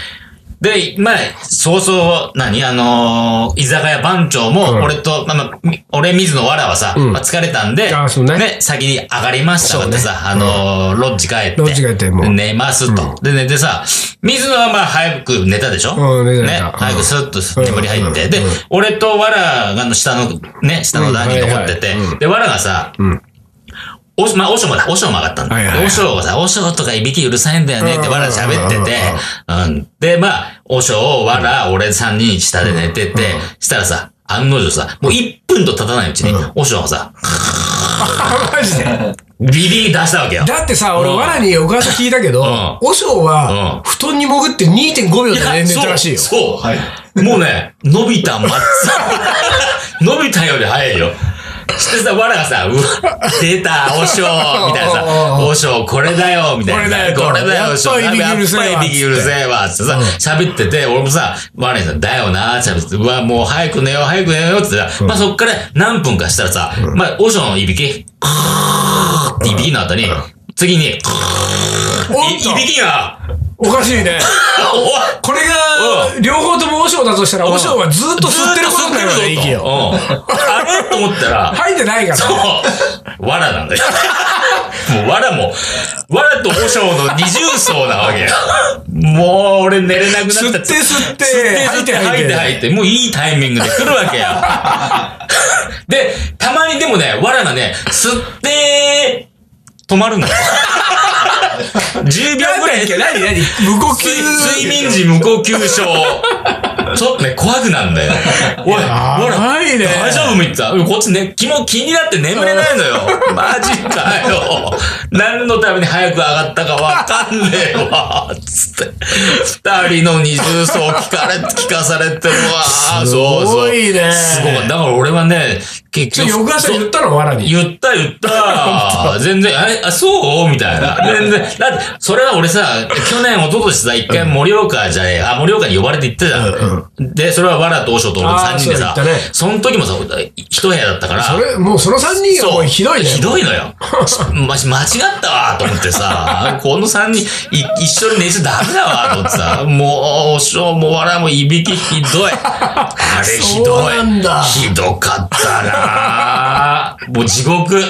Speaker 2: で、まあ、そうそう、何あのー居酒屋番長も、俺と、まあまあ、み俺、水野わらはさ、まあ、疲れたんで、
Speaker 1: あそうね
Speaker 2: 先に上がりました
Speaker 1: そう
Speaker 2: っ
Speaker 1: ね
Speaker 2: てさ、あのーロッジ帰って。
Speaker 1: ロッジ帰ってもう
Speaker 2: 寝ますと。で、寝てさ、水野はまあ、早く寝たでしょ
Speaker 1: うん寝た寝
Speaker 2: ね
Speaker 1: たうん。
Speaker 2: 早くスッと眠り入って。で、俺とわらがあの下の、ね、下の段に残ってて
Speaker 1: うんはいはいうん、
Speaker 2: で、わらがさ、おし、まあ、おしょもだ。おしょも上がったんだ。
Speaker 1: はいはいはい
Speaker 2: おしょがさ、おしょとかいびきうるさいんだよねってわら喋ってて、うん。で、まあ、おしょ、わら、俺3人下で寝てて、したらさ、案の定さ、もう1分と経たないうちに、おしょがさ、
Speaker 1: あマジで。
Speaker 2: ビリー出したわけ
Speaker 1: [laughs]
Speaker 2: よ。
Speaker 1: だってさ、俺、
Speaker 2: うん
Speaker 1: わらにお母さん聞いたけど
Speaker 2: ん、
Speaker 1: 和尚は、布団に潜って2.5秒で寝てたらしいよ。
Speaker 2: そう。そうもうね、伸びたまっつ、伸びたより早いよ。してさ、わらがさ、うわ、出た、おしょう、みたいなさ、おしょう、これだよ、みたいなさ。
Speaker 1: こ
Speaker 2: こ
Speaker 1: れだよ
Speaker 2: れだよ、おしょう。
Speaker 1: やっぱいびきうるせえわ
Speaker 2: やっぱいびきうるせえわ、つってさ、喋ってて、俺もさ、わらにさ、だよな、喋ってて、うわ、もう早く寝よう、早く寝よう、つってさ、まあそっから何分かしたらさ、まあ、おしょうのいびき、クーっていびきの後に、次に、ク
Speaker 1: お
Speaker 2: ーい
Speaker 1: っと
Speaker 2: いびきが、
Speaker 1: おかしいね。
Speaker 2: おい
Speaker 1: これが、両方とも和尚だとしたら、和尚はずっと吸ってることになるよね、息を。
Speaker 2: うん。あれと思ったら、
Speaker 1: 吐いてないから。
Speaker 2: そう、わらなんだよ。もうわらも、わらと保証の二重層なわけよ。もう俺寝れなくなっ
Speaker 1: 吸って
Speaker 2: た。
Speaker 1: 吸って、
Speaker 2: 吸
Speaker 1: 吐
Speaker 2: っ
Speaker 1: い
Speaker 2: て
Speaker 1: て吐
Speaker 2: 吐い
Speaker 1: い
Speaker 2: て
Speaker 1: て。
Speaker 2: 吐いて、もういいタイミングで来るわけよ。で、たまにでもね、わらがね、吸って、止まるん [laughs] だよ。10秒ぐらい。
Speaker 1: 何何無呼吸
Speaker 2: 睡。睡眠時無呼吸症。ちょっとね、怖くな
Speaker 1: [laughs]
Speaker 2: んだよ。おい、ほら、
Speaker 1: いね
Speaker 2: 大丈夫みたいな。こっちね、気も気になって眠れないの
Speaker 1: [laughs]
Speaker 2: よ。マジかよ。何のために早く上がったかわかんねえわ。つって。二人の二
Speaker 1: [laughs]
Speaker 2: 重奏聞かれ、聞かされてるわ。
Speaker 1: すごいね
Speaker 2: そうそう。すごい。だから俺はね、結
Speaker 1: それ、翌朝言ったの、わらに。
Speaker 2: 言った言
Speaker 1: [laughs]
Speaker 2: った。全然、あれ、あ、そうみたいな。全然。だって、それは俺さ、去年、一昨年さ、一回盛岡じゃねえ、あ、盛岡に呼ばれて行ったじゃん。で、それはわらと王将と俺の3人でさ
Speaker 1: あーそう言ったね、
Speaker 2: その時もさ、一部屋だったから。
Speaker 1: それ、もうその三人がもうひどいね。
Speaker 2: ひどい
Speaker 1: [laughs]
Speaker 2: のよ。ま、間違ったわと思ってさ、この3人い一緒に寝ちゃダメだわと思ってさ、もう、おしょうもわらもいびきひどい。あれひどい。
Speaker 1: そうなんだ
Speaker 2: ひどかったなもう地獄。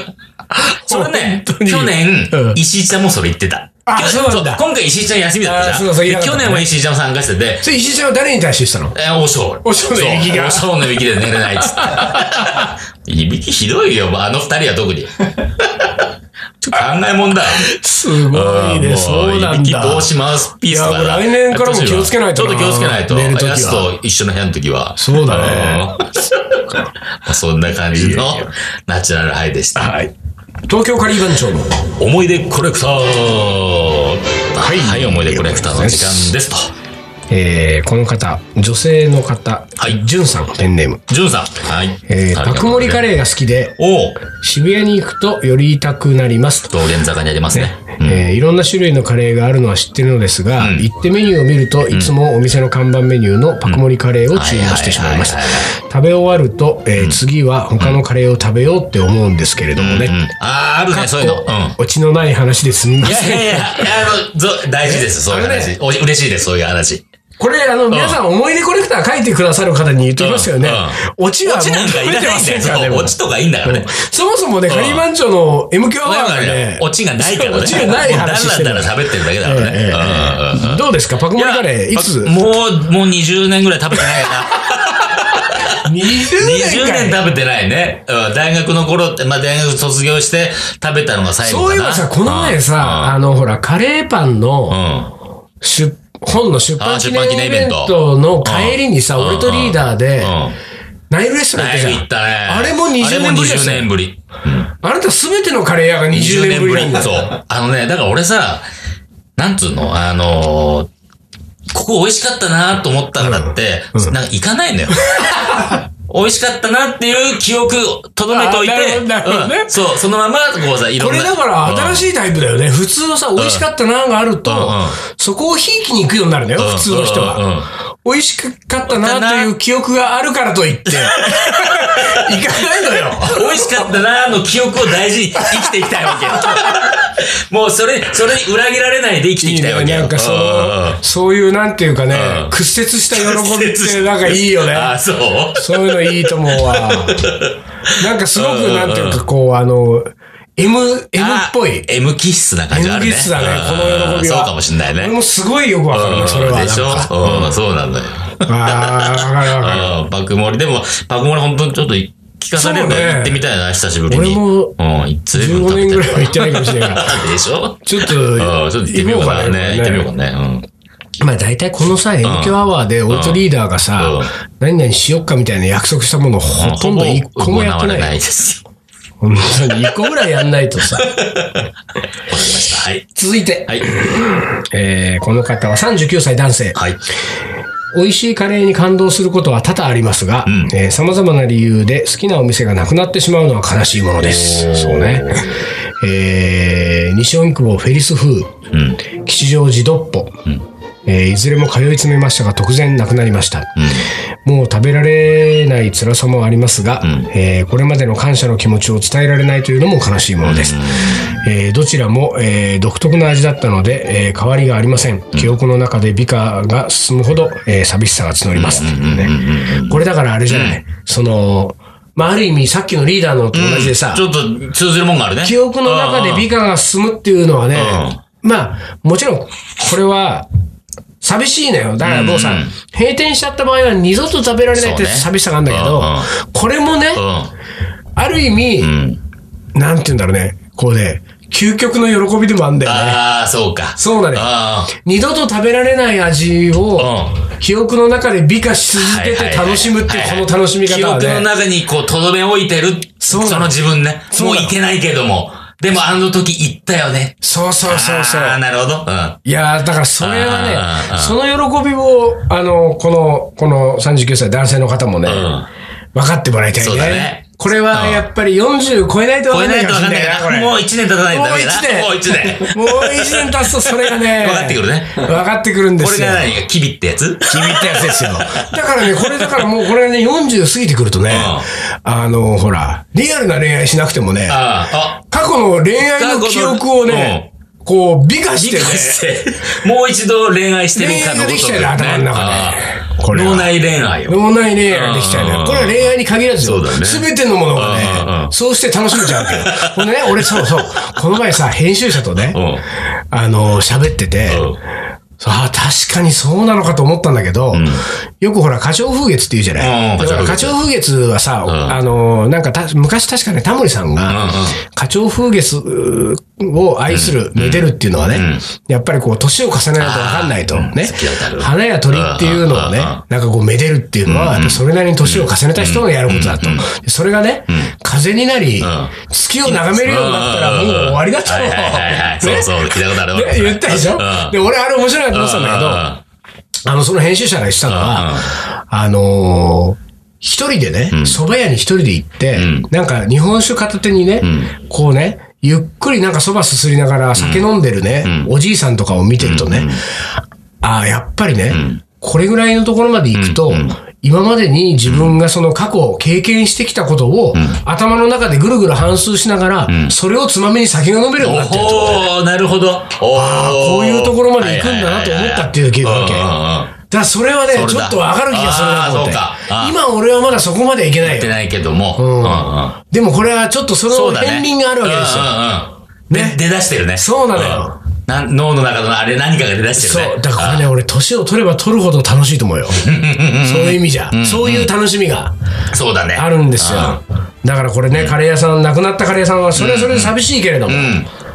Speaker 2: それね、
Speaker 1: 本当に
Speaker 2: 去年
Speaker 1: うん、
Speaker 2: 石井ちゃんもそれ言ってた。
Speaker 1: あ
Speaker 2: 去
Speaker 1: そうなんだ
Speaker 2: 今回石井ちゃん休みだった
Speaker 1: あ
Speaker 2: じ
Speaker 1: そ
Speaker 2: ゃ
Speaker 1: うだ
Speaker 2: ん。
Speaker 1: そう
Speaker 2: で
Speaker 1: 言わなかった
Speaker 2: 去
Speaker 1: ね
Speaker 2: 年も石井ちゃんも参加してて、
Speaker 1: それ、石井ちゃんは誰に対してしたの
Speaker 2: えー、おしょう。
Speaker 1: おしょうのいびきが
Speaker 2: そうおしょうのいびきで寝れないっつって。いびきひどいよ、あの二人は
Speaker 1: [laughs]
Speaker 2: 特に。ちょっと考えもんだ。
Speaker 1: すごい
Speaker 2: うんも
Speaker 1: ね、そうなんだ。
Speaker 2: いびき防止マウスピースだから。
Speaker 1: いやもう来年からも気をつけないと
Speaker 2: ち
Speaker 1: な
Speaker 2: ょっと気をつけないと。
Speaker 1: 寝る時は
Speaker 2: やすと一緒の部屋の時は。
Speaker 1: そうだね
Speaker 2: うん。そんな感じのナチュラルハイでした。
Speaker 1: はい。東京カリー番長の。
Speaker 2: 思い出コレクターはい、はい、思い出コレクターの時間ですと。
Speaker 1: えー、この方、女性の方、
Speaker 2: はい
Speaker 1: じゅんさん、ペンネーム。
Speaker 2: ジュンさん。はい。
Speaker 1: えー、
Speaker 2: ありがとうございます
Speaker 1: 爆盛りカレーが好きで、
Speaker 2: おう
Speaker 1: 渋谷に行くとより痛くなりますと。
Speaker 2: 道玄坂にありますね。うん
Speaker 1: えーいろんな種類のカレーがあるのは知ってるのですが、
Speaker 2: うん
Speaker 1: 行ってメニューを見るといつもお店の看板メニューのパクモリカレーを注文してしまいました
Speaker 2: はいはいはい
Speaker 1: 食べ終わると、えー次は他のカレーを食べようって思うんですけれどもね、
Speaker 2: うんああ、あるね、そういうの。うん。
Speaker 1: オチのない話ですみま
Speaker 2: いやい
Speaker 1: せん
Speaker 2: やいや、あの、ぞ大事です、そういう
Speaker 1: あれ
Speaker 2: 話。お嬉しいです、そういう話。
Speaker 1: これあの皆さん思い出コレクター書いてくださる方に言ってますよね、オチは
Speaker 2: オチなんかいらないんだ
Speaker 1: 求めてま
Speaker 2: よ、
Speaker 1: せんからね
Speaker 2: そう。オチとかいいんだからね。
Speaker 1: そもそもね、カリー番長の MQ アワーがね、
Speaker 2: オチがないからね。
Speaker 1: オチがない話してる
Speaker 2: だらだら喋ってるだけだか
Speaker 1: え
Speaker 2: ら
Speaker 1: えええ
Speaker 2: ねうんうんうん。
Speaker 1: どうですかパクモリカレー、いつ
Speaker 2: やもう、もう20年ぐらい食べてないよ
Speaker 1: [laughs]
Speaker 2: な。
Speaker 1: ?20
Speaker 2: 20
Speaker 1: かよ
Speaker 2: 年食べてないね。うん大学の頃って、まあ、大学卒業して食べたのが最後
Speaker 1: そう
Speaker 2: か
Speaker 1: いえ
Speaker 2: な。
Speaker 1: ばさ、この前さ、あの、ほら、カレーパン
Speaker 2: うん、
Speaker 1: の
Speaker 2: うん。
Speaker 1: 出、本の出版
Speaker 2: あ
Speaker 1: 記
Speaker 2: 出版記
Speaker 1: 念
Speaker 2: 念
Speaker 1: イベ
Speaker 2: イベ
Speaker 1: ン
Speaker 2: ン
Speaker 1: ト
Speaker 2: ト
Speaker 1: の帰りにさ、
Speaker 2: うん
Speaker 1: 俺とリーダーで、
Speaker 2: うん
Speaker 1: ナイルレストラン行
Speaker 2: だ
Speaker 1: っ
Speaker 2: い
Speaker 1: たじ
Speaker 2: ぶ
Speaker 1: ゃ
Speaker 2: 行
Speaker 1: ん
Speaker 2: っ。たね。
Speaker 1: あれも20年ぶりです
Speaker 2: あれも20年ぶり。
Speaker 1: あなたすべてのカレー屋が20年ぶりなんだ。
Speaker 2: そう。あのね、だから俺さ、なんつうの、あのーここ美味しかったなと思ったからって、なんか行か
Speaker 1: [laughs]
Speaker 2: ないのよ。美味しかったなっていう記憶を留めといて
Speaker 1: あなるほどなるほどね、
Speaker 2: うんそう、そのまま、こうさ、いろ
Speaker 1: こ
Speaker 2: んな。
Speaker 1: れだから新
Speaker 2: しい。
Speaker 1: しいタイプだよね。普通はさ、美味しかったながあると
Speaker 2: うんうん、
Speaker 1: そこをひいきに行くようになるのよ、
Speaker 2: うん
Speaker 1: 普通の人
Speaker 2: うんうんう
Speaker 1: は
Speaker 2: ん。
Speaker 1: 美味しかったなという記憶があるからとい
Speaker 2: [laughs]
Speaker 1: って、行かないのよ。
Speaker 2: 美味しかったなーの記憶を大事に生きていきたいわ
Speaker 1: [laughs]
Speaker 2: けよ。もうそれ、それに裏切られないで生きていきたいわけよ。
Speaker 1: なんかそ
Speaker 2: うんうんうん
Speaker 1: の、そういうなんていうかね、屈折した喜びってなんかいいよね。
Speaker 2: あ、そう
Speaker 1: そういうのいいと思うわ。なんかすごくなんていうかこう、あの、M、M っぽい
Speaker 2: あ。M 気質な感じあ
Speaker 1: M
Speaker 2: るね。
Speaker 1: ギスだね、この喜
Speaker 2: うん
Speaker 1: びは。
Speaker 2: そうかもしんないね
Speaker 1: 俺。もすごいよくわかるね、それ
Speaker 2: うん
Speaker 1: は。
Speaker 2: でしょ
Speaker 1: なんか
Speaker 2: うん、そうなんだよ。
Speaker 1: ああ、わかるわかる。
Speaker 2: うん、爆盛り。でも、爆盛り本当にちょっと聞かされる
Speaker 1: そうね
Speaker 2: 行ってみたいな、久しぶりに。
Speaker 1: 俺も
Speaker 2: うん、いつぶん
Speaker 1: 15
Speaker 2: 食べ
Speaker 1: 年ぐ
Speaker 2: てる
Speaker 1: らいは行ってないかもしれないから。
Speaker 2: [laughs] から。でしょ
Speaker 1: ちょっと、
Speaker 2: うん、ちょっと行ってみようかな。ね、行ってみようかね。うん。
Speaker 1: まあ大体このさ、影響アワーで、俺とリーダーがさ
Speaker 2: うん、
Speaker 1: 何々しよっかみたいな約束したものほとんど一個もやって
Speaker 2: 行われ
Speaker 1: な。
Speaker 2: ないいですよ。わか
Speaker 1: 本当に一個ぐらいやんないと
Speaker 2: [laughs]
Speaker 1: さ。
Speaker 2: りました。はい。
Speaker 1: 続いて、
Speaker 2: はい。
Speaker 1: えーこの方は39歳男性。
Speaker 2: はい。
Speaker 1: 美味しいカレーに感動することは多々ありますが、
Speaker 2: ん
Speaker 1: えー様々な理由で好きなお店がなくなってしまうのは悲しいものです
Speaker 2: お。ー
Speaker 1: そうね。 [laughs] えー西荻窪フェリス風、
Speaker 2: うん。
Speaker 1: 吉祥寺ドッポ、えーいずれも通い詰めましたが、突然なくなりました。もう食べられない辛さもありますが、えーこれまでの感謝の気持ちを伝えられないというのも悲しいものです。えーどちらも、えー独特な味だったので、えー変わりがありません。記憶の中で美化が進むほど、えー寂しさが募ります、ねこれだからあれじゃない、その、まあ、ある意味さっきのリーダーのと同じでさ、
Speaker 2: ちょっと通ずるもんがあるね。
Speaker 1: 記憶の中で美化が進むっていうのはね、まあ、もちろん、これは、寂しいのよ。だからもうさ、
Speaker 2: うんうん
Speaker 1: 閉店しちゃった場合は二度と食べられないって
Speaker 2: そうね
Speaker 1: 寂しさがあるんだけど、
Speaker 2: うんうん
Speaker 1: これもね、ある意味、
Speaker 2: うん。うん。
Speaker 1: なんて言うんだろうね、こうね、究極の喜びでもあるんだよね。
Speaker 2: ああ、そうか。
Speaker 1: そうなのよ。
Speaker 2: あ
Speaker 1: 二度と食べられない味を、
Speaker 2: あ。うん。
Speaker 1: 記憶の中で美化し続けて楽しむっていう、この楽しみ方は
Speaker 2: 記憶の
Speaker 1: ね。
Speaker 2: 中にこう、とどめ置いてる、
Speaker 1: そうな
Speaker 2: そ
Speaker 1: の
Speaker 2: の自分ね。
Speaker 1: う
Speaker 2: もう
Speaker 1: なの
Speaker 2: いけないけども。でもあの時行ったよね。
Speaker 1: そうそうそうそう。
Speaker 2: ああ、なるほど。うん。
Speaker 1: いやーだからそれは
Speaker 2: あー
Speaker 1: ね
Speaker 2: あ、ー
Speaker 1: その喜びを、あの、この、この39歳男性の方もね、
Speaker 2: ん
Speaker 1: 分かってもらいたい
Speaker 2: そうだね
Speaker 1: ね。これはやっぱり40超えないと
Speaker 2: 超
Speaker 1: 分か
Speaker 2: え
Speaker 1: んないい
Speaker 2: なと
Speaker 1: かも
Speaker 2: わ
Speaker 1: し
Speaker 2: か
Speaker 1: れ
Speaker 2: ん
Speaker 1: ない
Speaker 2: な
Speaker 1: い
Speaker 2: か
Speaker 1: な、こ
Speaker 2: ら、
Speaker 1: れ。
Speaker 2: もう一年経たないとダメだな。
Speaker 1: も
Speaker 2: も
Speaker 1: う
Speaker 2: う
Speaker 1: 一
Speaker 2: 一
Speaker 1: 年 [laughs] もう一
Speaker 2: 年。。
Speaker 1: 年経つとそれがね、
Speaker 2: [laughs] 分かってくるね。
Speaker 1: 分かってくるんで
Speaker 2: これ
Speaker 1: すよ
Speaker 2: が。何がキビってやつ
Speaker 1: 君ってやつですよ。だからね、これだからもうこれね、40過ぎてくるとね、あの、ほら、リアルな恋愛しなくてもね、
Speaker 2: [laughs] ああ、あ、
Speaker 1: 過去の恋愛の記憶をね、こう、美化し
Speaker 2: 理
Speaker 1: て
Speaker 2: 解
Speaker 1: ね、
Speaker 2: して、もう一度恋愛してるか
Speaker 1: 恋
Speaker 2: の
Speaker 1: 愛が
Speaker 2: ご
Speaker 1: で
Speaker 2: と
Speaker 1: き
Speaker 2: く
Speaker 1: ちゃう
Speaker 2: ね。
Speaker 1: よ頭の中で
Speaker 2: ああ
Speaker 1: これは
Speaker 2: 脳内恋愛を。
Speaker 1: 脳内恋愛ができちゃう
Speaker 2: うん
Speaker 1: ね。これは恋愛に限らず
Speaker 2: そうだね
Speaker 1: すべてのものが
Speaker 2: うんう
Speaker 1: ね
Speaker 2: ん、
Speaker 1: そうして楽しめちゃうわけ
Speaker 2: [laughs]
Speaker 1: よ。ほんでね、俺そうそう、この前さ、編集者とね
Speaker 2: う、ん。
Speaker 1: あの、喋ってて、
Speaker 2: うん
Speaker 1: そうああ確かにそうなのかと思ったんだけど、よくほら、花鳥風月って言うじゃな
Speaker 2: う
Speaker 1: い
Speaker 2: ん
Speaker 1: だから
Speaker 2: 花
Speaker 1: 花
Speaker 2: 鳥
Speaker 1: 鳥風月はさ、あの、なんかた昔確かね、タモリさん
Speaker 2: うんうん
Speaker 1: が、花鳥風月うーを愛する、めでるっていうのはね、やっぱりこう、年を重ねないとわかんないと、ね
Speaker 2: 好きだった。ら
Speaker 1: 花や鳥っていうのをね、
Speaker 2: うん
Speaker 1: なんかこう、めでるっていうのは、やっぱそれなりに年を重ねた人がやることだと。でそれがね、風になり、月を眺めるようになったら、もう終わりだと。
Speaker 2: はいはいはいはい。そう
Speaker 1: [laughs] ね
Speaker 2: そう、聞いたことあるわ
Speaker 1: ね、言ったでしょ
Speaker 2: うん
Speaker 1: で、俺あれ面白いなと思ってたんだけど、あの、その編集者がしたのは、あのー一人でね、蕎麦屋に一人で行って、なんか日本酒片手にね、こうね、ゆっくりなんか蕎麦すすりながら酒飲んでるね、おじいさんとかを見てるとね、ああ、やっぱりね、これぐらいのところまで行くと、今までに自分がその過去、経験してきたことを、頭の中でぐるぐる反芻しながら、それをつまみに酒が飲めるようになってると。
Speaker 2: おおなるほど。おあ
Speaker 1: こういうところまで行くんだなと思ったっていう気がわけだからそれはね、
Speaker 2: それだ
Speaker 1: ちょっとわかる気がするなと思って
Speaker 2: あーそうかあ。ー
Speaker 1: 今俺はまだそこまではいけない
Speaker 2: 言って
Speaker 1: よ。
Speaker 2: ないけども。うんうん
Speaker 1: でもこれはちょっとその
Speaker 2: そうだね。
Speaker 1: 片鱗があるわけですよ。
Speaker 2: うんうんうん。ね。出だしてるね。
Speaker 1: そうなのよ
Speaker 2: うん。な脳の中のあれ何かが出だしてるね。
Speaker 1: そう。だからこれね、俺年を取れば取るほど楽しいと思うよ。そういう意味じゃ。そういう楽しみが
Speaker 2: あそうだね。
Speaker 1: あるんですよ
Speaker 2: う。
Speaker 1: だからこれね、カレー屋さん、亡くなったカレー屋さんはそれはそれで寂しいけれども。
Speaker 2: うん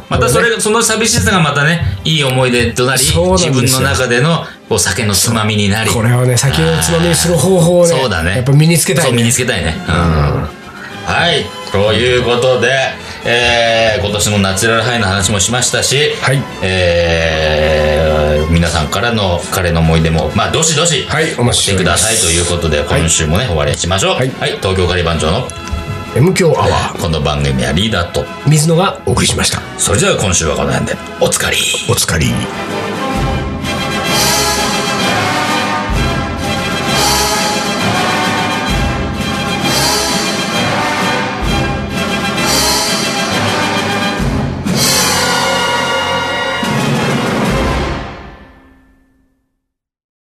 Speaker 2: またそれ、その寂しさがまたね、いい思い出となり、
Speaker 1: そうなんです
Speaker 2: 自
Speaker 1: よ
Speaker 2: 分の中でのこう酒のつまみになり、
Speaker 1: これをね、先をつまみにする方法をね、
Speaker 2: そうだね。
Speaker 1: やっぱ身につけた
Speaker 2: そう、
Speaker 1: い
Speaker 2: 身に
Speaker 1: ね。
Speaker 2: つけたいね。うん。はい。ということで、えー今年のナチュラルハイの話もしましたし、
Speaker 1: はい
Speaker 2: えー皆さんからの彼の思い出も、まあ、どしどし、
Speaker 1: はいお待ちしてお
Speaker 2: く
Speaker 1: り
Speaker 2: だ
Speaker 1: ま
Speaker 2: さ
Speaker 1: す
Speaker 2: いということで、今週もね、終わりにしましょう。は。
Speaker 1: はいい
Speaker 2: 東京カリバン長の
Speaker 1: M 強アワ
Speaker 2: この番組はリーダーと、
Speaker 1: ー、水野がお送りしました。
Speaker 2: それでは今週はこの辺で、おつかり。
Speaker 1: お疲れ。